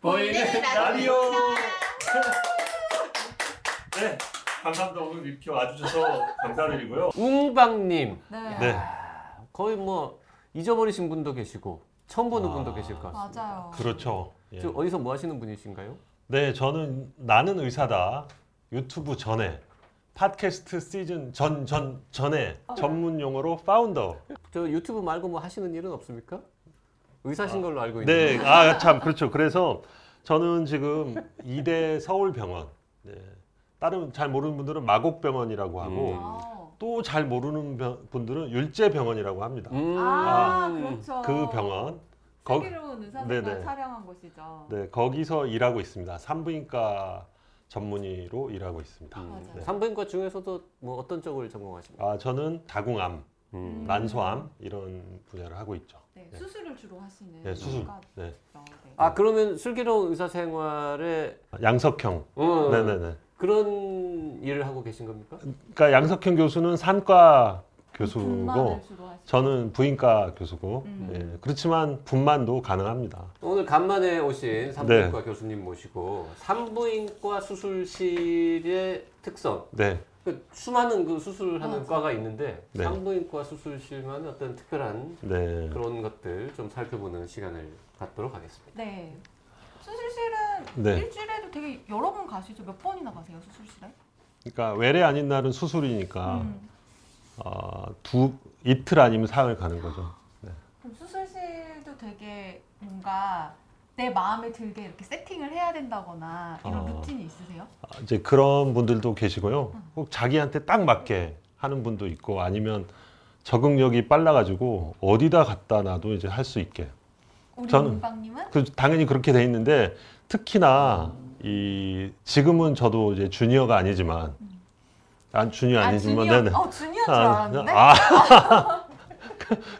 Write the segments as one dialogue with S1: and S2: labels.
S1: 보이는 라디오.
S2: 네 감사합니다 오늘 리뷰 와주셔서 감사드리고요
S3: 웅방님
S4: 네.
S2: 네
S3: 거의 뭐 잊어버리신 분도 계시고 처음 보는 분도 계실 것 같습니다.
S4: 맞아요.
S5: 그렇죠. 아. 예.
S3: 지금 어디서 뭐 하시는 분이신가요?
S5: 네, 저는 나는 의사다 유튜브 전에 팟캐스트 시즌 전 전 전에 전문 용어로 파운더.
S3: 저 유튜브 말고 뭐 하시는 일은 없습니까? 의사신 걸로 알고 있는데
S5: 네, 아 참 그렇죠. 그래서 저는 지금 이대 서울병원. 네. 다른 잘 모르는 분들은 마곡병원이라고 하고
S6: 음.
S4: 아,
S5: 또 잘 모르는 병- 분들은 율제병원이라고 합니다.
S3: 음.
S4: 아,
S3: 음.
S4: 그렇죠.
S5: 그 병원
S4: 아,
S5: 거,
S4: 슬기로운
S5: 네네.
S4: 의사들만 촬영한 곳이죠.
S5: 네, 거기서 일하고 있습니다. 산부인과 전문의로 일하고 있습니다.
S4: 음. 맞아요.
S5: 네.
S3: 산부인과 중에서도 뭐 어떤 쪽을 전공하십니까?
S5: 아, 저는 자궁암,
S6: 음.
S5: 난소암 이런 분야를 하고 있죠.
S4: 네,
S5: 네.
S4: 수술을 주로 하시는
S5: 네, 수술.
S4: 의과죠.
S5: 네.
S4: 네.
S3: 아 그러면 슬기로운 의사 생활에
S5: 양석형.
S3: 음,
S5: 네네네.
S3: 그런 일을 하고 계신 겁니까?
S5: 그러니까 양석형 교수는 산과
S4: 분만을
S5: 교수고
S4: 주로 하시는.
S5: 저는 부인과 교수고
S4: 음.
S5: 예, 그렇지만 분만도 가능합니다.
S3: 오늘 간만에 오신 산부인과
S5: 네.
S3: 교수님 모시고 산부인과 수술실의 특성
S5: 네,
S3: 그 수많은 그 수술하는
S4: 맞아.
S3: 과가 있는데
S5: 네.
S3: 산부인과 수술실만의 어떤 특별한
S5: 네.
S3: 그런 것들 좀 살펴보는 시간을 갖도록 하겠습니다.
S4: 네. 수술실은
S5: 네.
S4: 일주일에도 되게 여러 번 가시죠. 몇 번이나 가세요 수술실에?
S5: 그러니까 외래 아닌 날은 수술이니까
S4: 음.
S5: 어, 두 이틀 아니면 사흘 가는 거죠.
S4: 그럼 수술실도 되게 뭔가 내 마음에 들게 이렇게 세팅을 해야 된다거나 이런
S5: 어.
S4: 루틴이 있으세요?
S5: 아, 이제 그런 분들도 계시고요. 꼭 자기한테 딱 맞게 하는 분도 있고 아니면 적응력이 빨라가지고 어디다 갖다 놔도 이제 할 수 있게.
S4: 우리
S5: 저는-
S4: 문방님은?
S5: 그 당연히 그렇게 돼 있는데 특히나 이 지금은 저도 이제 주니어가 아니지만 안 주니어 아니지만
S4: 아,
S5: 네네.
S4: 주니어, 어, 주니어 줄 알았는데?
S5: 아,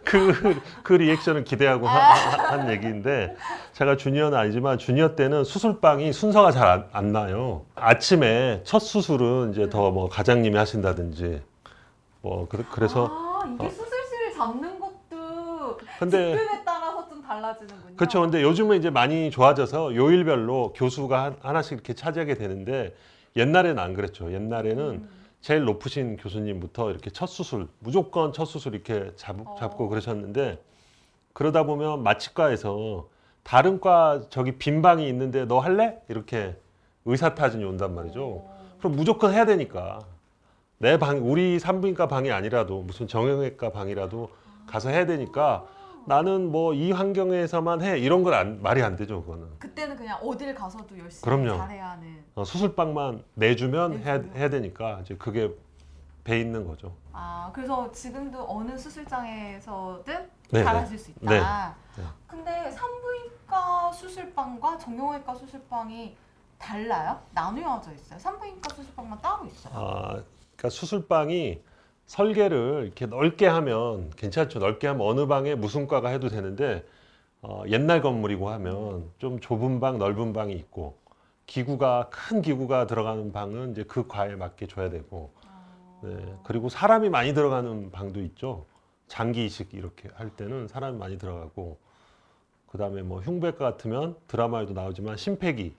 S5: 그, 그 리액션을 기대하고 하- 하- 한 얘기인데 제가 주니어는 아니지만 주니어 때는 수술방이 순서가 잘 안 나요. 아침에 첫 수술은 이제 더 뭐 가장님이 하신다든지 뭐 그, 래서 어.
S4: 아, 이게 수술실을 잡는 것도
S5: 근데
S4: 집근에 따라서 좀 달라지는군요.
S5: 그렇죠. 근데 요즘은 이제 많이 좋아져서 요일별로 교수가 한- 하나씩 이렇게 차지하게 되는데 옛날에는 안 그랬죠.
S4: 음.
S5: 옛날에는 제일 높으신 교수님부터 이렇게 첫 수술 무조건 첫 수술 이렇게 잡,
S4: 어.
S5: 잡고 그러셨는데 그러다 보면 마취과에서 다른 과 저기 빈 방이 있는데 너 할래? 이렇게 의사 타진이 온단 말이죠.
S4: 어,
S5: 그럼 무조건 해야 되니까 내 방 우리 산부인과 방이 아니라도 무슨 정형외과 방이라도 가서 해야 되니까 나는 뭐 이 환경에서만 해 이런 건 안- 말이 안 되죠 그거는
S4: 그때는 그냥 어딜 가서도 열심히
S5: 그럼요.
S4: 잘해야 하는.
S5: 어, 수술방만 내주면 해야,
S4: 내주면.
S5: 해야 되니까 이제 그게 배 있는 거죠.
S4: 아, 그래서 지금도 어느 수술장에서든
S5: 네,
S4: 잘하실 수 있다.
S5: 네. 네.
S4: 근데 산부인과 수술방과 정형외과 수술방이 달라요? 나누어져 있어요? 산부인과 수술방만 따로 있어요?
S5: 아, 그러니까 수술방이 설계를 이렇게 넓게 하면 괜찮죠. 넓게 하면 어느 방에 무슨 과가 해도 되는데 어, 옛날 건물이고 하면 좀 좁은 방, 넓은 방이 있고 기구가 큰 기구가 들어가는 방은 이제 그 과에 맞게 줘야 되고 네, 그리고 사람이 많이 들어가는 방도 있죠. 장기 이식 이렇게 할 때는 사람이 많이 들어가고 그다음에 뭐 흉배과 같으면 드라마에도 나오지만 심폐기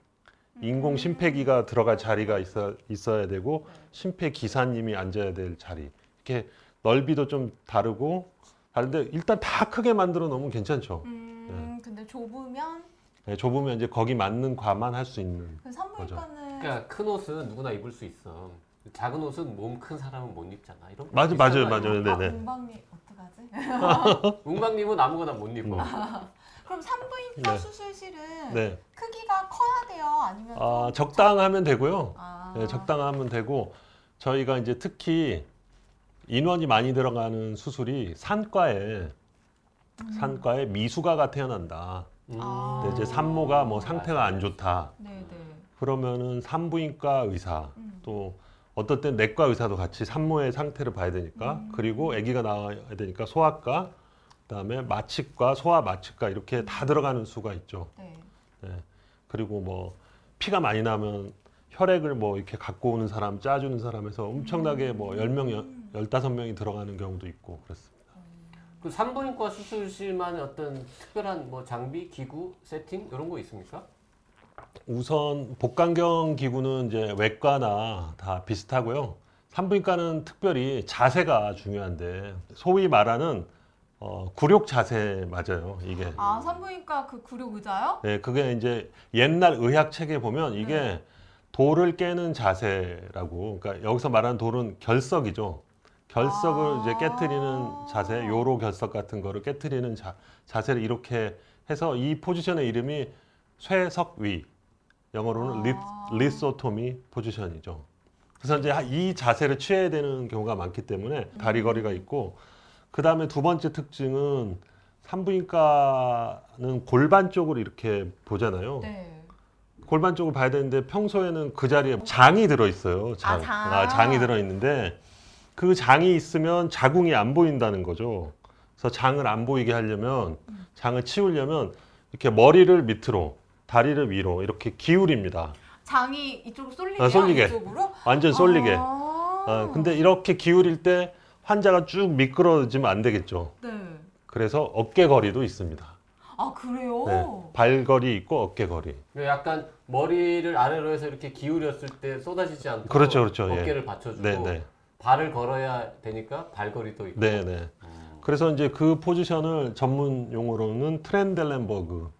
S5: 인공 심폐기가 들어갈 자리가 있어, 있어야 되고 심폐 기사님이 앉아야 될 자리 이렇게 넓이도 좀 다르고 다른데 일단 다 크게 만들어 놓으면 괜찮죠.
S4: 음, 근데 좁으면
S5: 네, 좁으면 이제 거기 맞는 과만 할 수 있는.
S4: 그 산부인과는
S3: 그러니까 큰 옷은 누구나 입을 수 있어. 작은 옷은 몸 큰 사람은 못 입잖아. 이런 거
S5: 맞아, 맞아요,
S3: 있잖아요.
S5: 맞아요.
S4: 아,
S5: 네네.
S4: 문방님 어떡하지?
S3: 웅방님은 아무거나 못 입어.
S5: 음.
S4: 그럼 산부인과
S5: 네.
S4: 수술실은
S5: 네,
S4: 크기가 커야 돼요? 아니면
S5: 아,
S4: 좀
S5: 적당하면 되고요.
S4: 아,
S5: 네, 적당하면 되고 저희가 이제 특히 인원이 많이 들어가는 수술이 산과에 산과에 미숙아가 태어난다.
S4: 음.
S3: 음.
S4: 아.
S5: 근데 이제 산모가 뭐 상태가 안 좋다.
S4: 네네.
S5: 그러면은 산부인과 의사
S4: 음.
S5: 또 어떨 땐 내과 의사도 같이 산모의 상태를 봐야 되니까
S4: 음.
S5: 그리고 아기가 나와야 되니까 소아과 그다음에 마취과 소아 마취과 이렇게 다 들어가는 수가 있죠.
S4: 네.
S5: 그리고 뭐 피가 많이 나면 혈액을 뭐 이렇게 갖고 오는 사람, 짜주는 사람에서 엄청나게 뭐 10명, 15명이 들어가는 경우도 있고 그렇습니다.
S3: 그 산부인과 수술실만의 어떤 특별한 뭐 장비, 기구, 세팅 이런 거 있습니까?
S5: 우선 복강경 기구는 이제 외과나 다 비슷하고요. 산부인과는 특별히 자세가 중요한데 소위 말하는 어, 굴욕 자세 맞아요. 이게
S4: 아 산부인과 그 구류 의자요?
S5: 네, 그게 이제 옛날 의학 책에 보면 이게
S4: 네.
S5: 돌을 깨는 자세라고. 그러니까 여기서 말하는 돌은 결석이죠. 결석을
S4: 아.
S5: 이제 깨트리는 자세, 요로 결석 같은 거를 깨트리는 자, 자세를 이렇게 해서 이 포지션의 이름이 쇠석위. 영어로는 리,
S4: 아.
S5: 리소토미 포지션이죠. 그래서 이제 이 자세를 취해야 되는 경우가 많기 때문에
S4: 음.
S5: 다리 거리가 있고 그다음에 두 번째 특징은 산부인과는 골반 쪽을 이렇게 보잖아요.
S4: 네.
S5: 골반 쪽을 봐야 되는데 평소에는 그 자리에 장이 들어 있어요. 장.
S4: 아, 장.
S5: 이 들어 있는데 그 장이 있으면 자궁이 안 보인다는 거죠. 그래서 장을 안 보이게 하려면
S4: 음.
S5: 장을 치우려면 이렇게 머리를 밑으로 다리를 위로 이렇게 기울입니다.
S4: 장이 이쪽으로 쏠리게
S5: 아, 쏠리게.
S4: 이쪽으로?
S5: 완전 쏠리게.
S4: 아.
S5: 아, 근데 이렇게 기울일 때 환자가 쭉 미끄러지면 안 되겠죠.
S4: 네.
S5: 그래서 어깨 거리도 있습니다.
S4: 아 그래요?
S5: 네, 발거리 있고 어깨 거리.
S3: 그러니까 약간 머리를 아래로 해서 이렇게 기울였을 때 쏟아지지 않고
S5: 그렇죠, 그렇죠, 예.
S3: 어깨를 받쳐주고
S5: 네, 네.
S3: 발을 걸어야 되니까 발걸이도 있고
S5: 네, 네. 그래서 이제 그 포지션을 전문 용어로는 트렌델렌버그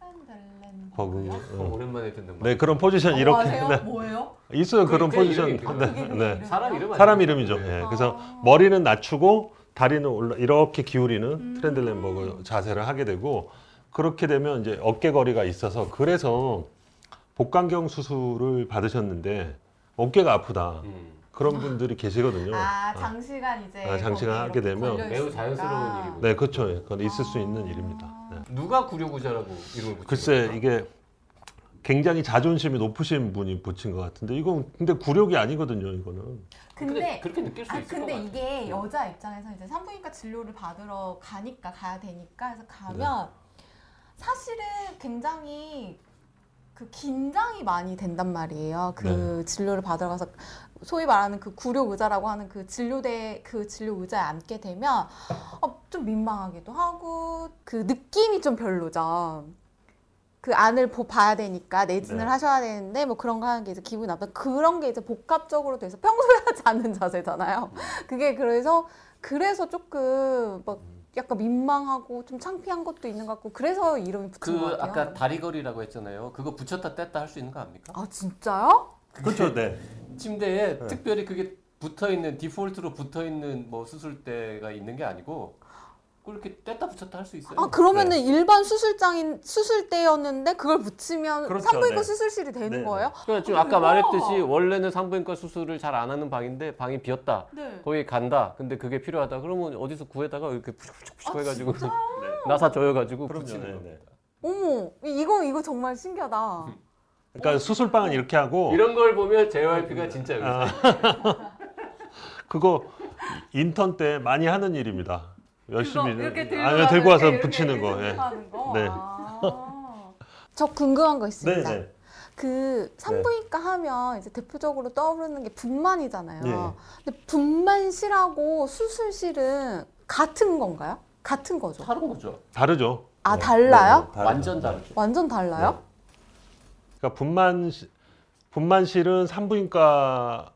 S4: 트랜델렌
S5: 버그.
S3: 어,
S5: 어.
S3: 오랜만에 듣는 말.
S5: 네, 그런 포지션 이렇게
S4: 아세요?
S5: 네.
S4: 뭐 뭐예요?
S5: 있어요.
S3: 그게
S5: 그런
S3: 그냥
S5: 포지션.
S3: 이름이
S5: 네.
S4: 어, 그게
S5: 네.
S4: 그냥
S3: 사람 이름 아니에요?
S5: 사람 이름이죠. 예.
S4: 아.
S5: 그래서 머리는 낮추고 다리는 올라 이렇게 기울이는
S4: 음.
S5: 트렌들렌버그 자세를 하게 되고 그렇게 되면 이제 어깨 거리가 있어서 그래서 복강경 수술을 받으셨는데 어깨가 아프다
S3: 음.
S5: 그런 분들이 계시거든요.
S4: 아 장시간 이제
S5: 네. 아, 장시간 하게
S4: 거기에 이렇게
S5: 되면
S4: 걸려
S3: 매우
S4: 있으니까.
S3: 자연스러운 일이군요.
S5: 네, 그렇죠. 예. 그건 있을 수 있는 일입니다. 네.
S3: 누가 구려구자라고 이름을 붙인
S5: 글쎄
S3: 겁니까?
S5: 이게 굉장히 자존심이 높으신 분이 붙인 것 같은데 이건 근데 굴욕이 아니거든요. 이거는
S4: 근데
S3: 그렇게 느낄 수
S4: 아
S3: 있을
S4: 근데
S3: 것 같아요. 네.
S4: 이게 여자 입장에서 이제 산부인과 진료를 받으러 가니까 가야 되니까 해서 가면
S3: 네.
S4: 사실은 굉장히 그 긴장이 많이 된단 말이에요. 그
S5: 네.
S4: 진료를 받으러 가서 소위 말하는 그 구려 의자라고 하는 그 진료대 그 진료 의자에 앉게 되면 어, 좀 민망하기도 하고 그 느낌이 좀 별로죠. 그 안을 보, 봐야 되니까
S5: 네.
S4: 내진을 하셔야 되는데 뭐 그런 거 하는 게 이제 기분이 나빠 그런 게 이제 복합적으로 돼서 평소에 하지 않는 자세잖아요. 그게 그래서 그래서 조금 막 약간 민망하고 좀 창피한 것도 있는 것 같고 그래서 이름이 붙은 것
S3: 그
S4: 같아요.
S3: 아까 다리걸이라고 했잖아요. 그거 붙였다 뗐다 할 수 있는 거 아닙니까? 네.
S4: 아 진짜요?
S5: 그렇죠. 네.
S3: 침대에 특별히 그게 붙어 있는 디폴트로 붙어 있는 뭐 수술대가 있는 게 아니고 그걸 이렇게 뗐다 붙였다 할 수 있어요.
S5: 네.
S4: 아 그러면은 일반 수술장인 수술대였는데 그걸 붙이면
S5: 그렇죠,
S4: 산부인과
S5: 네.
S4: 수술실이 되는
S5: 네, 네.
S4: 거예요?
S3: 그러니까 지금
S4: 아,
S3: 아까
S4: 그거.
S3: 말했듯이 원래는 산부인과 수술을 잘 안 하는 방인데 방이 비었다.
S4: 네.
S3: 거기 간다. 근데 그게 필요하다. 그러면 어디서 구해다가 이렇게 푸슉푸슉푸슉
S4: 아,
S3: 해가지고
S4: 진짜요?
S3: 나사 조여가지고
S5: 그럼요.
S3: 붙이는
S5: 네,
S3: 거.
S5: 네.
S4: 어머 이- 이거 이거 정말 신기하다.
S5: 그러니까 수술방은 이렇게 하고
S3: 이런 걸 보면 JYP가 진짜 여기
S5: 네. 아. 그거 인턴 때 많이 하는 일입니다. 열심히 아, 들고 와서 붙이는 거. 예. 네.
S4: 아. 저 궁금한 거
S5: 네,
S4: 있습니다.
S5: 네.
S4: 그 산부인과 하면 이제 대표적으로 떠오르는 게 분만이잖아요.
S5: 예.
S4: 근데 분만실하고 수술실은 같은 건가요? 같은 거죠?
S3: 다른 거죠.
S5: 다르죠.
S4: 아, 달라요?
S5: 다르죠.
S3: 완전
S5: 네.
S3: 다르죠.
S4: 완전 달라요?
S5: 그러니까 분만 시- 분만실은 산부인과에서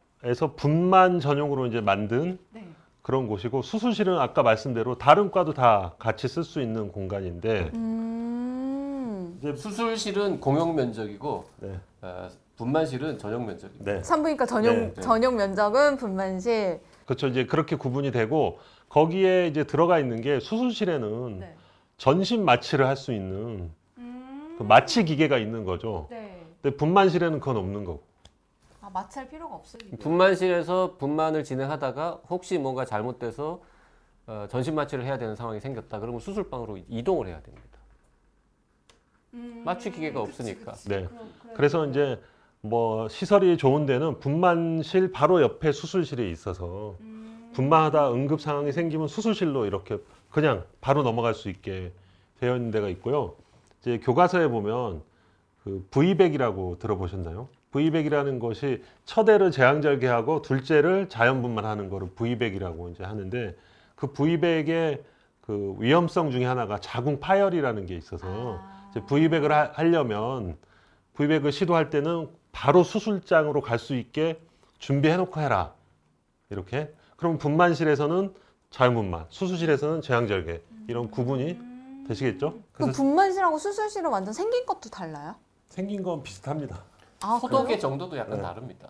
S5: 분만 전용으로 이제 만든
S4: 네.
S5: 그런 곳이고 수술실은 아까 말씀대로 다른 과도 다 같이 쓸 수 있는 공간인데 네.
S4: 음.
S3: 수술실은 공용 면적이고
S5: 네.
S3: 어, 분만실은 전용 면적입니다.
S5: 네.
S4: 산부인과 전용
S5: 네,
S3: 네.
S4: 전용 면적은 분만실.
S5: 그렇죠. 이제 그렇게 구분이 되고 거기에 이제 들어가 있는 게 수술실에는
S4: 네.
S5: 전신 마취를 할 수 있는
S4: 음.
S5: 그 마취 기계가 있는 거죠.
S4: 네.
S5: 근데 분만실에는 그건 없는 거고.
S4: 아, 마찰 필요가 없으니까.
S3: 분만실에서 분만을 진행하다가 혹시 뭔가 잘못돼서 어, 전신 마취를 해야 되는 상황이 생겼다. 그러면 수술방으로 이동을 해야 됩니다. 마취 기계가 없으니까.
S5: 네.
S4: 음, 그럼-
S5: 그래서 이제 뭐 시설이 좋은 데는 분만실 바로 옆에 수술실이 있어서 분만하다 응급 상황이 생기면 수술실로 이렇게 그냥 바로 넘어갈 수 있게 되어 있는 데가 있고요. 이제 교과서에 보면 그 V백이라고 들어보셨나요? V백이라는 것이 첫애를 제왕절개하고 둘째를 자연분만하는 거를 V백이라고 이제 하는데 그 V백의 그 위험성 중에 하나가 자궁 파열이라는 게 있어서
S4: 아.
S5: 이제 V백을 하, 하려면 V백을 시도할 때는 바로 수술장으로 갈 수 있게 준비해놓고 해라. 이렇게. 그럼 분만실에서는 자연분만, 수술실에서는 제왕절개 이런 구분이 되시겠죠?
S4: 그
S5: 그래서
S4: 분만실하고 수술실은 완전 생긴 것도 달라요?
S5: 생긴 건 비슷합니다.
S4: 아,
S3: 소독의 정도도 약간
S5: 네.
S3: 다릅니다.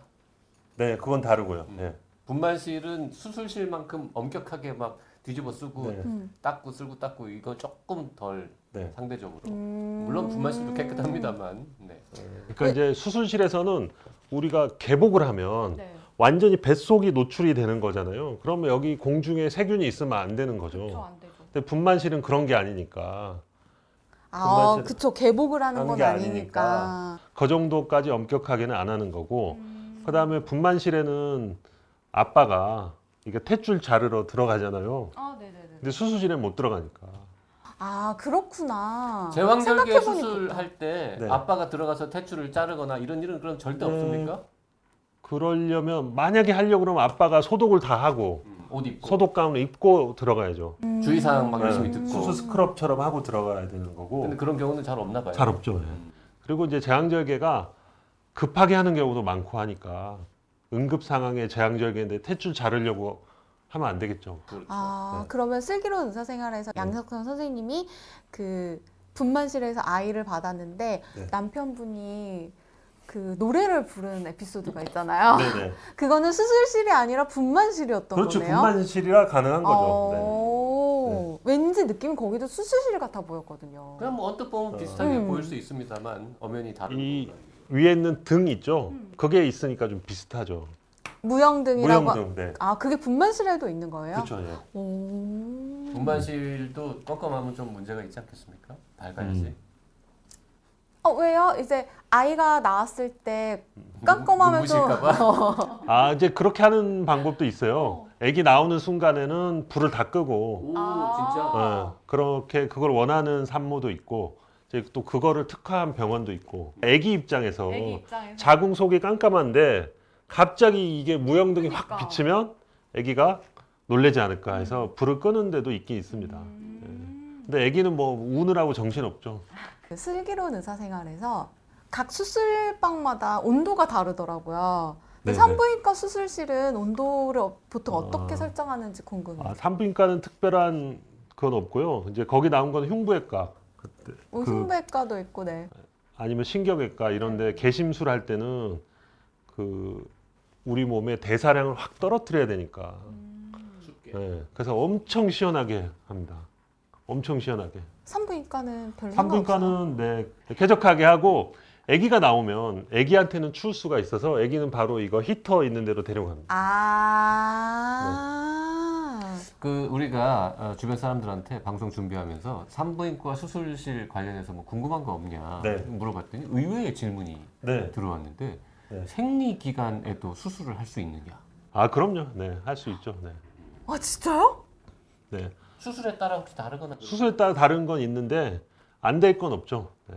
S5: 네, 그건 다르고요.
S3: 음.
S5: 네.
S3: 분만실은 수술실만큼 엄격하게 막 뒤집어 쓰고
S5: 네.
S4: 음.
S3: 닦고 쓸고 닦고 이건 조금 덜
S5: 네.
S3: 상대적으로.
S4: 음.
S3: 물론 분만실도 깨끗합니다만. 네.
S5: 그러니까 이제 수술실에서는 우리가 개복을 하면
S4: 네.
S5: 완전히 뱃속이 노출이 되는 거잖아요. 그러면 여기 공중에 세균이 있으면 안 되는
S4: 그쵸,
S5: 거죠.
S4: 안 되죠.
S5: 근데 분만실은 그런 게 아니니까
S4: 아,
S5: 분만실은
S4: 그쵸. 개복을 하는
S5: 하는
S4: 건
S5: 게
S4: 아니니까.
S5: 그 정도까지 엄격하게는 안 하는 거고 그다음에 분만실에는 아빠가 이게 탯줄 자르러 들어가잖아요.
S4: 아, 네네네.
S5: 근데 수술실에 못 들어가니까.
S4: 아, 그렇구나.
S3: 제왕절개
S4: 생각해보니
S3: 수술할 때
S5: 네.
S3: 아빠가 들어가서 태출을 자르거나 이런 일은 그럼 절대
S5: 네.
S3: 없습니까?
S5: 그러려면 만약에 하려고 그러면 아빠가 소독을 다 하고
S3: 옷 입고
S5: 소독 가운을 입고 들어가야죠.
S4: 음.
S3: 주의사항 막 열심히
S5: 네.
S3: 듣고
S5: 수술 스크럽처럼 하고 들어가야 되는 거고.
S3: 근데 그런 경우는 잘 없나 봐요.
S5: 잘 없죠. 예. 그리고 이제 제왕절개가 급하게 하는 경우도 많고 하니까 응급 상황에 제왕절개인데 탯줄 자르려고 하면 안 되겠죠.
S3: 그렇죠.
S4: 아,
S5: 네.
S4: 그러면 슬기로운 의사생활에서
S5: 네.
S4: 양석선 선생님이 그 분만실에서 아이를 받았는데
S5: 네.
S4: 남편분이 그 노래를 부르는 에피소드가 있잖아요.
S5: 네네.
S4: 그거는 수술실이 아니라 분만실이었던
S5: 그렇죠.
S4: 거네요.
S5: 분만실이라 가능한 거죠. 네.
S4: 어, 왠지 느낌이 거기도 수술실 같아 보였거든요.
S3: 그냥 뭐 언뜻 보면 비슷하게
S4: 음.
S3: 보일 수 있습니다만 엄연히 다른
S5: 어. 이-
S3: 거고요.
S5: 위에 있는 등 있죠. 그게 있으니까 좀 비슷하죠.
S4: 음. 무형등이라고
S5: 무형등. 네.
S4: 아, 그게 분만실에도 있는 거예요?
S5: 그렇죠. 예.
S4: 오.
S3: 분만실도 껌껌하면 좀 문제가 있지 않겠습니까? 밝아야지.
S5: 음.
S4: 어, 왜요? 이제 아이가 나왔을 때 깜깜하면 좀
S3: 눈부실까봐?
S5: 아 이제 그렇게 하는 방법도 있어요. 아기 나오는 순간에는 불을 다 끄고
S3: 오
S4: 아.
S3: 진짜.
S5: 어, 그렇게 그걸 원하는 산모도 있고 이제 또 그거를 특화한 병원도 있고 아기 입장에서
S4: 애기 입장에서
S5: 자궁 속이 깜깜한데 갑자기 이게 무형등이
S4: 그러니까.
S5: 확 비치면 아기가 놀래지 않을까 해서 불을 끄는 데도 있긴 있습니다.
S4: 음.
S5: 예. 근데 아기는 뭐 우느라고 정신 없죠.
S4: 그 슬기로운 의사생활에서 각 수술방마다 온도가 다르더라고요. 근데
S5: 네네.
S4: 산부인과 수술실은 온도를 어- 보통
S5: 아.
S4: 어떻게 설정하는지 궁금해요.
S5: 아, 산부인과는 특별한 건 없고요. 이제 거기 나온 건 흉부외과
S4: 뭐
S5: 그-
S4: 흉부외과도 있고, 네.
S5: 아니면 신경외과 이런데 개심술 할 때는 그 우리 몸의 대사량을 확 떨어뜨려야 되니까.
S4: 음.
S3: 춥게.
S5: 예, 그래서 엄청 시원하게 합니다. 엄청 시원하게.
S4: 산부인과는 별로 상관없어요.
S5: 산부인과는 네, 쾌적하게 하고 아기가 나오면 아기한테는 추울 수가 있어서 아기는 바로 이거 히터 있는 데로 데려갑니다.
S4: 아.
S5: 네.
S3: 그 우리가 어, 주변 사람들한테 방송 준비하면서 산부인과 수술실 관련해서 뭐 궁금한 거 없냐
S5: 네.
S3: 물어봤더니 의외의 질문이
S5: 네.
S3: 들어왔는데
S5: 네.
S3: 생리 기간에도 수술을 할 수 있느냐?
S5: 아 그럼요. 네, 할 수 있죠. 네.
S4: 아, 진짜요?
S5: 네.
S3: 수술에 따라 혹시 다르거나
S5: 수술에 따라 다른 건 있는데 안 될 건 없죠. 네.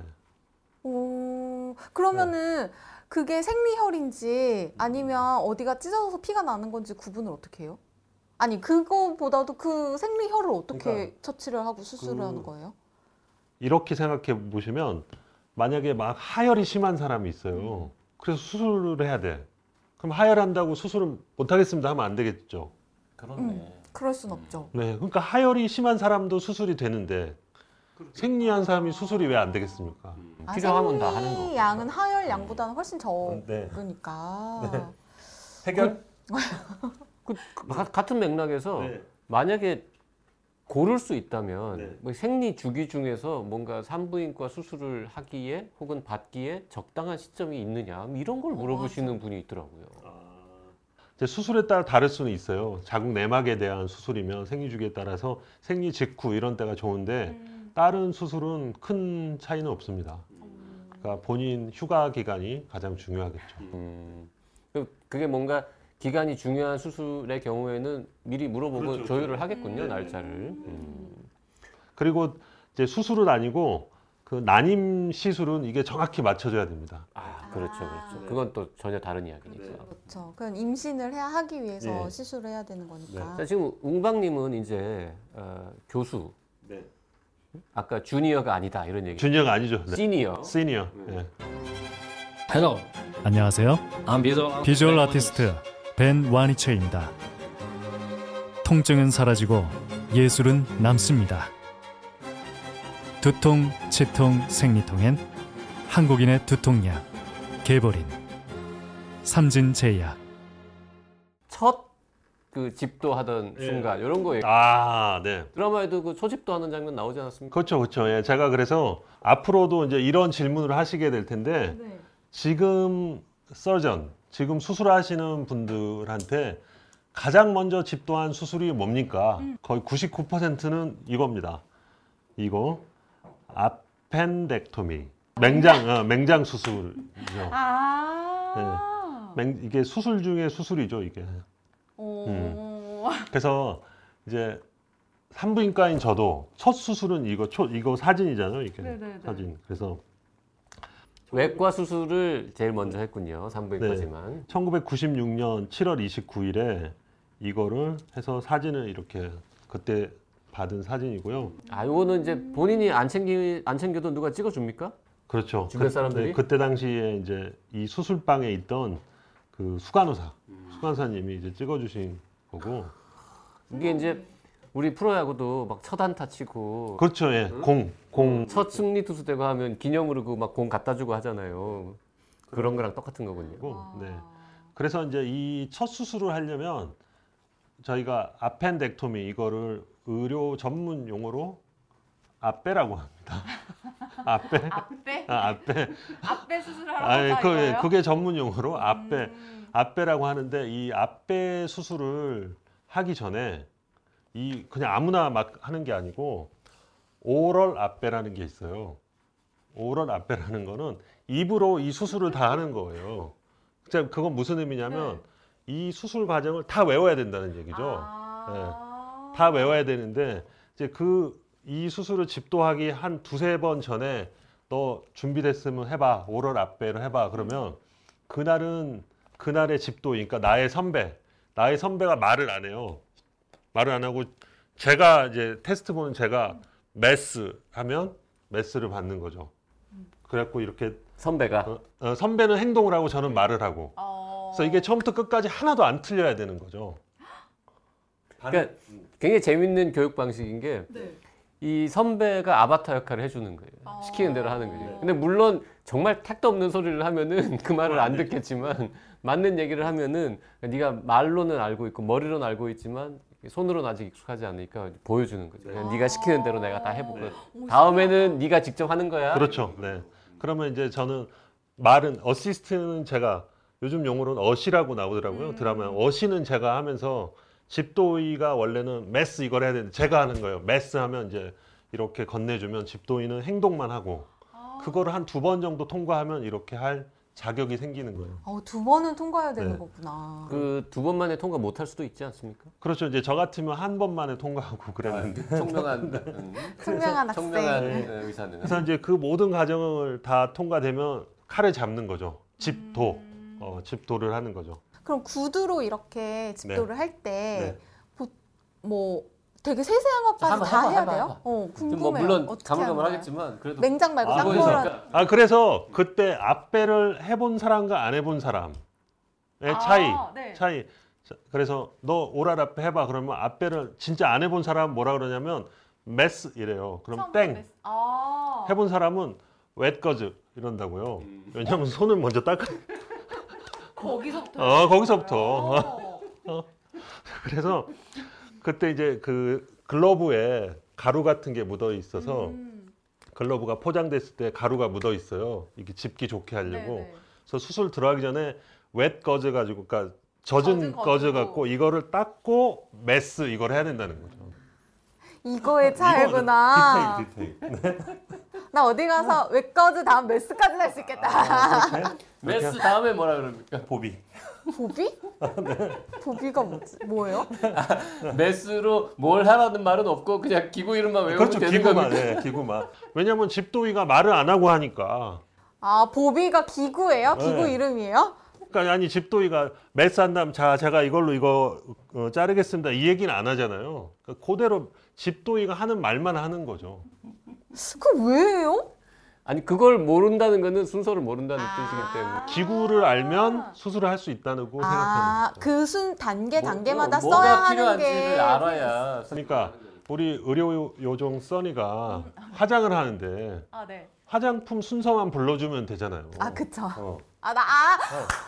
S4: 오. 그러면은 그게 생리혈인지 아니면 어디가 찢어져서 피가 나는 건지 구분을 어떻게 해요? 아니, 그거보다도 그 생리혈을 어떻게
S5: 그러니까
S4: 처치를 하고 수술을
S5: 그-
S4: 하는 거예요?
S5: 이렇게 생각해 보시면 만약에 막 하열이 심한 사람이
S4: 음.
S5: 있어요. 그래서 수술을 해야 돼. 그럼 하열한다고 수술은 못 하겠습니다 하면 안 되겠죠.
S3: 그렇네.
S4: 그럴
S3: 음.
S4: 순 없죠.
S5: 네, 그러니까 하열이 심한 사람도 수술이 되는데
S4: 그렇죠.
S5: 생리한 사람이 수술이 왜 안 되겠습니까?
S3: 음.
S4: 아,
S3: 필요하면 다 하는 음. 거.
S4: 생리 양은 하열 양보다는 훨씬
S5: 네.
S4: 적으니까.
S5: 해결?
S3: 그, 그 가- 같은 맥락에서
S5: 네.
S3: 만약에 고를 수 있다면
S5: 네.
S3: 뭐 생리 주기 중에서 뭔가 산부인과 수술을 하기에 혹은 받기에 적당한 시점이 있느냐 뭐 이런
S4: 아,
S3: 걸 물어보시는 분이 있더라고요.
S5: 이제 수술에 따라 다를 수는
S4: 음.
S5: 있어요. 자궁 내막에 대한 수술이면 생리 주기에 따라서 생리 직후 이런 때가 좋은데
S3: 네.
S5: 다른 수술은 큰 차이는 없습니다. 그러니까 본인 휴가 기간이 가장 중요하겠죠.
S3: 음. 그- 그게 뭔가 기간이 중요한 수술의 경우에는 미리 물어보고
S2: 그렇죠,
S3: 조율을
S2: 그렇죠.
S3: 하겠군요
S2: 음.
S3: 날짜를. 음.
S5: 그리고 이제 수술은 아니고 그 난임 시술은 이게 정확히 맞춰줘야 됩니다.
S3: 아 그렇죠 그렇죠. 네.
S2: 네.
S3: 그건 또 전혀 다른 이야기니까.
S4: 그렇죠. 그건 임신을 해야 하기 위해서
S5: 예.
S4: 시술을 해야 되는 거니까.
S5: 네,
S3: 자, 지금 웅방님은 이제 어, 교수
S2: 네.
S3: 아까 주니어가 아니다 이런 얘기.
S5: 준이어가 아니죠. 네.
S3: 시니어.
S5: 시니어.
S2: 음.
S5: 예.
S7: Hello,
S8: 안녕하세요.
S7: I'm visual,
S8: 비주얼 아티스트 벤 와니체입니다. 통증은 사라지고 예술은 남습니다. 두통, 치통, 생리통엔 한국인의 두통약 개보린 삼진제약
S3: 첫그 집도 하던
S2: 네.
S5: 예.
S3: 순간 이런 거 얘기.
S5: 아, 네.
S3: 드라마에도 그 소집도 하는 장면 나오지 않았습니까?
S5: 그렇죠, 그렇죠. 예, 제가 그래서 앞으로도 이제 이런 질문을 하시게 될 텐데
S4: 네.
S5: 지금 서전, 지금 수술하시는 분들한테 가장 먼저 집도한 수술이 뭡니까?
S4: 음.
S5: 거의 99%는 이겁니다. 이거 아펜덱토미, 맹장, 어, 맹장 수술이죠.
S4: 아.
S5: 맹- 이게 수술 중에 수술이죠, 이게.
S4: 오.
S5: 음. 그래서 이제 산부인과인 저도 첫 수술은 이거 초 이거 사진이잖아요, 이게
S4: 네네네.
S5: 사진. 그래서
S3: 외과 수술을 제일 먼저 했군요
S5: 네.
S3: 산부인과지만.
S5: 1996년 7월 29일에 이거를 해서 사진을 이렇게 그때 받은 사진이고요.
S3: 아, 요거는 이제 본인이 안 챙기 안 챙겨도 누가 찍어 줍니까?
S5: 그렇죠.
S3: 주변
S5: 그-
S3: 사람들이?
S5: 네, 그때 당시에 이제 이 수술방에 있던 그 수간호사,
S3: 음.
S5: 수간사님이 이제 찍어주신 거고.
S3: 이게 이제 우리 프로야구도 막 첫안타 치고
S5: 그렇죠. 예. 공, 공.
S3: 첫 승리 투수 되고 하면 기념으로 그 막 공 갖다 주고 하잖아요. 그런 거랑 똑같은 거군요.
S5: 고 네. 그래서 이제 이 첫 수술을 하려면 저희가 아펜덱토미 이거를 의료 전문 용어로 아빼라고 합니다. 아빼,
S4: 앞배?
S5: 아, 아빼.
S4: 앞배 수술하러
S5: 아니,
S4: 갔다
S5: 그, 예,
S4: 이거예요?
S5: 그게 전문 용어로 앞배,
S4: 음.
S5: 앞배라고 하는데 이 앞배 수술을 하기 전에 이 그냥 아무나 막 하는 게 아니고 오럴 앞배라는 게 있어요. 오럴 앞배라는 거는 입으로 이 수술을 다 하는 거예요. 자, 그건 무슨 의미냐면 이 수술 과정을 다 외워야 된다는 얘기죠.
S4: 아.
S5: 다 외워야 되는데 이제 그 이 수술을 집도하기 한 두세 번 전에 너 준비됐으면 해봐 오럴 앞배를 해봐 그러면 그날은 그날의 집도 그러니까 나의 선배 나의 선배가 말을 안 해요 말을 안 하고 제가 이제 테스트 보는 제가 메스 하면 메스를 받는 거죠 그래갖고 이렇게
S3: 선배가
S5: 어, 어, 선배는 행동을 하고 저는 말을 하고
S4: 어.
S5: 그래서 이게 처음부터 끝까지 하나도 안 틀려야 되는 거죠
S3: 그러니까 굉장히 재밌는 교육 방식인 게 이
S4: 네.
S3: 선배가 아바타 역할을 해주는
S4: 어.
S3: 거예요. 시키는 대로 하는 거죠. 근데 물론 정말 택도 없는 소리를 하면은 그 말을 안 듣겠지만 맞는 얘기를 하면은 네가 말로는 알고 있고 머리로는 알고 있지만 손으로는 아직 익숙하지 않으니까 보여주는 거죠. 그냥
S4: 네.
S3: 네가 시키는 대로 내가 다 해보고
S2: 네.
S4: 오,
S3: 다음에는 네가 직접 하는 거야.
S5: 그렇죠. 네. 그러면 이제 저는 말은 어시스트는 제가 요즘 용어로는 어시라고 나오더라고요.
S4: 음.
S5: 드라마에 어시는 제가 하면서 집도의가 원래는 메스 이걸 해야 되는데 제가 하는 거예요. 메스 하면 이제 이렇게 건네주면 집도의는 행동만 하고
S4: 아.
S5: 그거를 한 두 번 정도 통과하면 이렇게 할 자격이 생기는 거예요.
S4: 어, 두 번은 통과해야 되는
S5: 네.
S4: 거구나.
S3: 그 두 번만에 통과 못 할 수도 있지 않습니까? 아,
S5: 그렇죠. 이제 저 같으면 한 번만에 통과하고
S2: 네.
S3: 예.
S5: 그랬는데
S3: 청명한 음,
S4: 청명한 학생.
S3: 청명한 어, 의사는
S5: 그래서 이제 그 모든 과정을 다 통과되면 칼을 잡는 거죠. 집도
S4: 음.
S5: 어, 집도를 하는 거죠.
S4: 그럼 구두로 이렇게 집도를 할 때
S5: 네.
S4: 뭐 되게 세세한 것까지
S3: 한번
S4: 다
S3: 해봐,
S4: 해야
S3: 해봐,
S4: 돼요?
S3: 해봐.
S4: 어, 궁금해요.
S3: 뭐 물론
S4: 어떻게
S3: 가물가물
S4: 하는 거예요?
S3: 하겠지만 그래도 그러니까
S4: 냉장 말고
S5: 아,
S4: 딴
S5: 그거니까.
S4: 거라.
S5: 아 그래서 그때 앞배를 해본 사람과 안 해본 사람의 차이
S4: 네.
S5: 차이 자, 그래서 너 오랄 앞배 해봐 그러면 앞배를 진짜 안 해본 사람 은 뭐라 그러냐면 메스 이래요 그럼
S4: 처음부터
S5: 땡
S4: 메스- 아.
S5: 해본 사람은 웻거즈 이런다고요 왜냐면 손을 먼저 닦아
S4: 네, 거기서부터.
S5: 어, 거기서부터. 그래서 그때 이제 그 글러브에 가루 같은 게 묻어 있어서
S4: 음.
S5: 글러브가 포장됐을 때 가루가 묻어 있어요 이게 집기 좋게 하려고
S4: 네네.
S5: 그래서 수술 들어가기 전에 웻 거즈 가지고 그러니까 젖은
S4: 젖은 거즈.
S5: 거즈 갖고 이거를 닦고 메스 이걸 해야 된다는 거죠.
S4: 이거의
S2: 이거는
S4: 차이구나.
S2: 디테일, 디테일.
S4: 나 어디 가서 외꺼즈 다음 메스까지 할 수
S5: 아.
S4: 있겠다.
S5: 네.
S3: 메스 다음에 뭐라 그럽니까?
S2: 보비.
S4: 보비? 보비가 뭐지? 뭐예요?
S3: 메스로 뭘 하라는 말은 없고 그냥 기구 아, 이름만 외우면
S2: 그렇죠.
S3: 되는
S2: 기구만.
S3: 겁니까?
S2: 예, 기구만.
S5: 왜냐면 집도위가 말을 안 하고 하니까.
S4: 아 보비가 기구예요? 기구
S5: 네.
S4: 이름이에요?
S5: 그러니까 아니 집도위가 메스 한다면 자 제가 이걸로 이거 어, 자르겠습니다. 이 얘기는 안 하잖아요. 그러니까 그대로 집도위가 하는 말만 하는 거죠.
S4: 그 왜예요?
S3: 아니 그걸 모른다는 거는 순서를 모른다는
S4: 아.
S3: 뜻이기 때문에
S5: 기구를 알면 수술을 할 수 있다고 생각하는.
S4: 아, 그 순 단계 단계마다
S3: 뭐,
S4: 써야
S3: 뭐가
S4: 하는
S3: 필요한지를
S4: 게
S3: 알아야
S5: 그러니까 우리 의료 요정 써니가 화장을 하는데
S4: 아, 네.
S5: 화장품 순서만 불러주면 되잖아요.
S4: 아, 그쵸.
S5: 어.
S4: 아, 나, 아,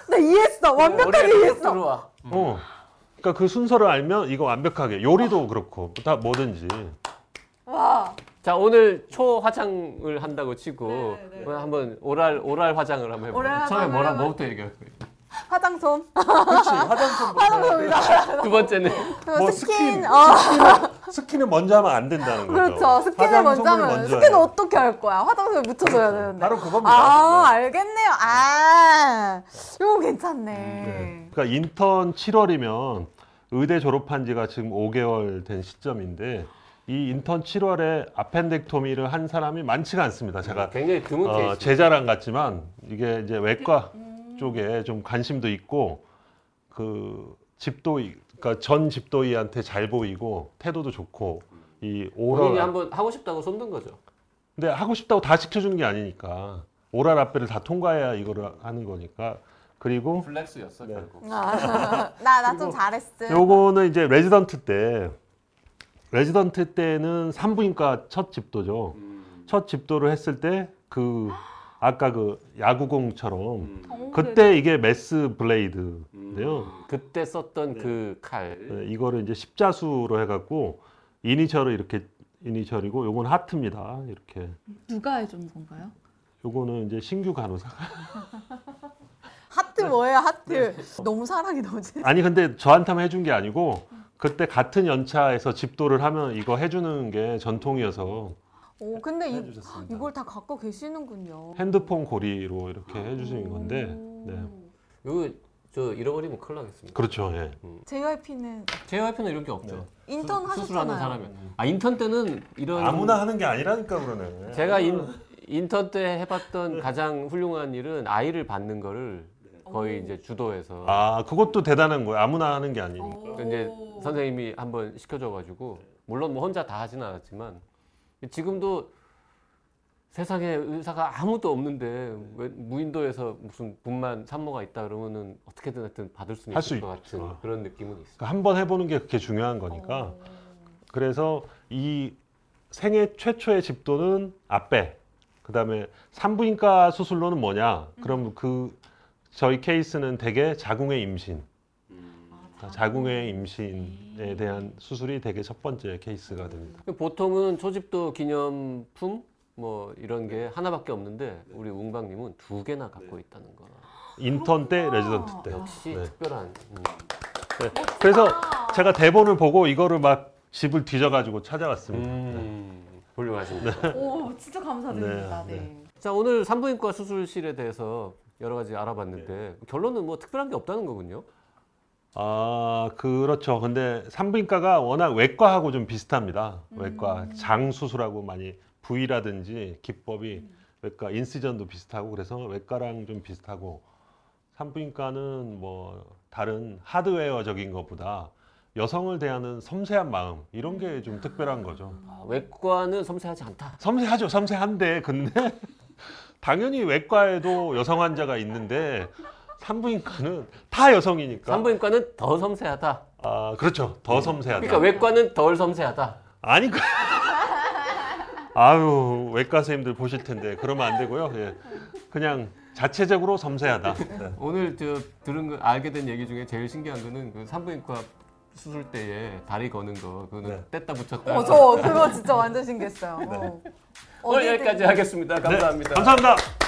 S4: 나 이해했어. 완벽하게
S3: 머리에 쏙
S4: 이해했어.
S3: 들어와.
S5: 어. 그러니까 그 순서를 알면 이거 완벽하게 요리도 그렇고 다 뭐든지
S4: 와.
S3: 자 오늘 초 화장을 한다고 치고
S4: 네, 네.
S3: 오늘 한번 오랄 오랄 화장을 한번 해볼게요.
S4: 오랄 처음에 화장을 뭐라- 한번-
S3: 뭐부터 얘기할 거예요?
S4: 화장솜.
S2: 그렇지. 화장품부터.
S4: 화장솜이다.
S3: 두 번째는
S4: 그리고
S2: 뭐,
S4: 스킨.
S2: 스킨.
S4: 어,
S2: 스킨은 먼저 하면 안 된다는 거죠.
S4: 그렇죠. 스킨을 먼저
S2: 화장솜을
S4: 하면.
S2: 먼저
S4: 스킨은
S2: 해요.
S4: 어떻게 할 거야? 화장솜에 묻혀줘야 되는데.
S2: 바로 그겁니다.
S4: 아, 알겠네요. 아, 이거 괜찮네.
S5: 그러니까 인턴 7월이면 의대 졸업한 지가 지금 5개월 된 시점인데 이 인턴 7월에 아펜덱토미를 한 사람이 많지가 않습니다. 제가
S3: 굉장히 드문
S5: 어,
S3: 케이스.
S5: 제 자랑 같지만 이게 이제 외과 쪽에 좀 관심도 있고 그 집도이 그러니까 전 집도이한테 잘 보이고 태도도 좋고 이
S3: 본인이
S5: 오ral
S3: 한번 하고 싶다고 손든 거죠.
S5: 근데 하고 싶다고 다 시켜주는 게 아니니까 오랄 앞배를 다 통과해야 이거를 하는 거니까 그리고
S3: 플렉스였어
S5: 네.
S3: 결국.
S4: 아, 나, 나
S5: 그리고
S4: 좀
S9: 네.
S4: 잘했음.
S5: 요거는 이제 레지던트 때 레지던트 때는 산부인과 첫 집도죠
S2: 음.
S5: 첫 집도를 했을 때 그 아까 그 야구공처럼
S2: 음.
S9: 네.
S4: 어,
S5: 그때 이게 메스 블레이드인데요
S3: 그때 썼던 그 칼.
S5: 네, 이거를 이제 십자수로 해갖고 이니셜을 이렇게 이니셜이고 요건 하트입니다 이렇게
S9: 누가 해준 건가요?
S5: 요거는 이제 신규 간호사
S3: 네.
S4: 하트 뭐예요, 하트? 너무 사랑이 넘치는.
S5: 아니 근데 저한테만 해준 게 아니고 그때 같은 연차에서 집도를 하면 이거 해주는 게 전통이어서
S4: 오, 근데 이,
S2: 해주셨습니다.
S4: 이걸 다 갖고 계시는군요.
S5: 핸드폰 고리로 이렇게
S2: 아.
S5: 해주시는 건데 네.
S3: 이거 저 잃어버리면 큰일 나겠습니다.
S5: 그렇죠 예.
S4: JYP는
S3: JYP는 이런 게
S5: 네.
S3: 없죠.
S4: 인턴
S3: 수- 수술하는
S4: 하셨잖아요.
S3: 사람이. 아 인턴 때는 이런
S2: 아무나 하는 게 아니라니까 그러네.
S3: 제가 인,
S4: 음.
S3: 인턴 때 해봤던
S5: 네.
S3: 가장 훌륭한 일은 아이를 받는 거를
S4: 네.
S3: 거의 이제 주도해서
S5: 아 그것도 대단한 거예요 아무나 하는 게 아니니까
S3: 그러니까 이제 선생님이 한번 시켜줘가지고 물론 뭐 혼자 다 하진 않았지만 지금도 세상에 의사가 아무도 없는데 왜 무인도에서 무슨 분만 산모가 있다 그러면은 어떻게든 하여튼 받을 수는
S5: 할수
S3: 있을 것
S5: 있죠.
S3: 같은 그런 느낌은 있어요.
S5: 그러니까 한번 해보는 게 그게 중요한
S3: 어.
S5: 거니까 그래서 이 생애 최초의 집도는 앞배 그다음에 산부인과 수술로는 뭐냐
S3: 음.
S5: 그럼 그 저희 케이스는 대개 자궁의 임신
S3: 음.
S2: 아,
S5: 그러니까 자궁의 임신에 대한 수술이 되게 첫 번째 케이스가 됩니다.
S3: 보통은 초집도 기념품 뭐 이런 게 하나밖에 없는데 우리 웅방님은 두 개나 갖고 있다는 거
S5: 인턴 때, 레지던트 때.
S3: 아, 역시
S5: 네.
S3: 특별한 음.
S5: 네. 그래서 제가 대본을 보고 이거를 막 집을 뒤져가지고 찾아왔습니다.
S3: 음, 훌륭하십니다.
S9: 오, 진짜 감사드립니다.
S5: 네,
S9: 네.
S3: 자 오늘 산부인과 수술실에 대해서 여러 가지 알아봤는데 결론은 뭐 특별한 게 없다는 거군요.
S5: 아 그렇죠. 근데 산부인과가 워낙 외과하고 좀 비슷합니다. 외과 장 수술하고 많이 부위라든지 기법이 외과 인시전도 비슷하고 그래서 외과랑 좀 비슷하고 산부인과는 뭐 다른 하드웨어적인 것보다 여성을 대하는 섬세한 마음 이런 게 좀 특별한 거죠.
S4: 네.
S3: 아, 외과는 섬세하지 않다.
S5: 섬세하죠. 섬세한데 근데 당연히 외과에도 여성 환자가 있는데 산부인과는 다
S3: 그러니까
S5: 여성이니까.
S3: 산부인과는 더 섬세하다.
S5: 아 그렇죠. 더 섬세하다.
S3: 그러니까 외과는 덜 섬세하다.
S5: 아니 그 아유 외과 선생님들 보실 텐데 그러면 안 되고요. 예. 그냥 자체적으로 섬세하다. 네.
S3: 오늘 저 들은 거 알게 된 얘기 중에 제일 신기한 거는 그 산부인과 수술 때에 다리 거는 거 그거는 뗐다 붙였다.
S4: 어, 저 그거 진짜 완전 신기했어요. 어.
S3: 네. 오늘
S4: 어디든-
S3: 여기까지 하겠습니다. 감사합니다.
S5: 네, 감사합니다.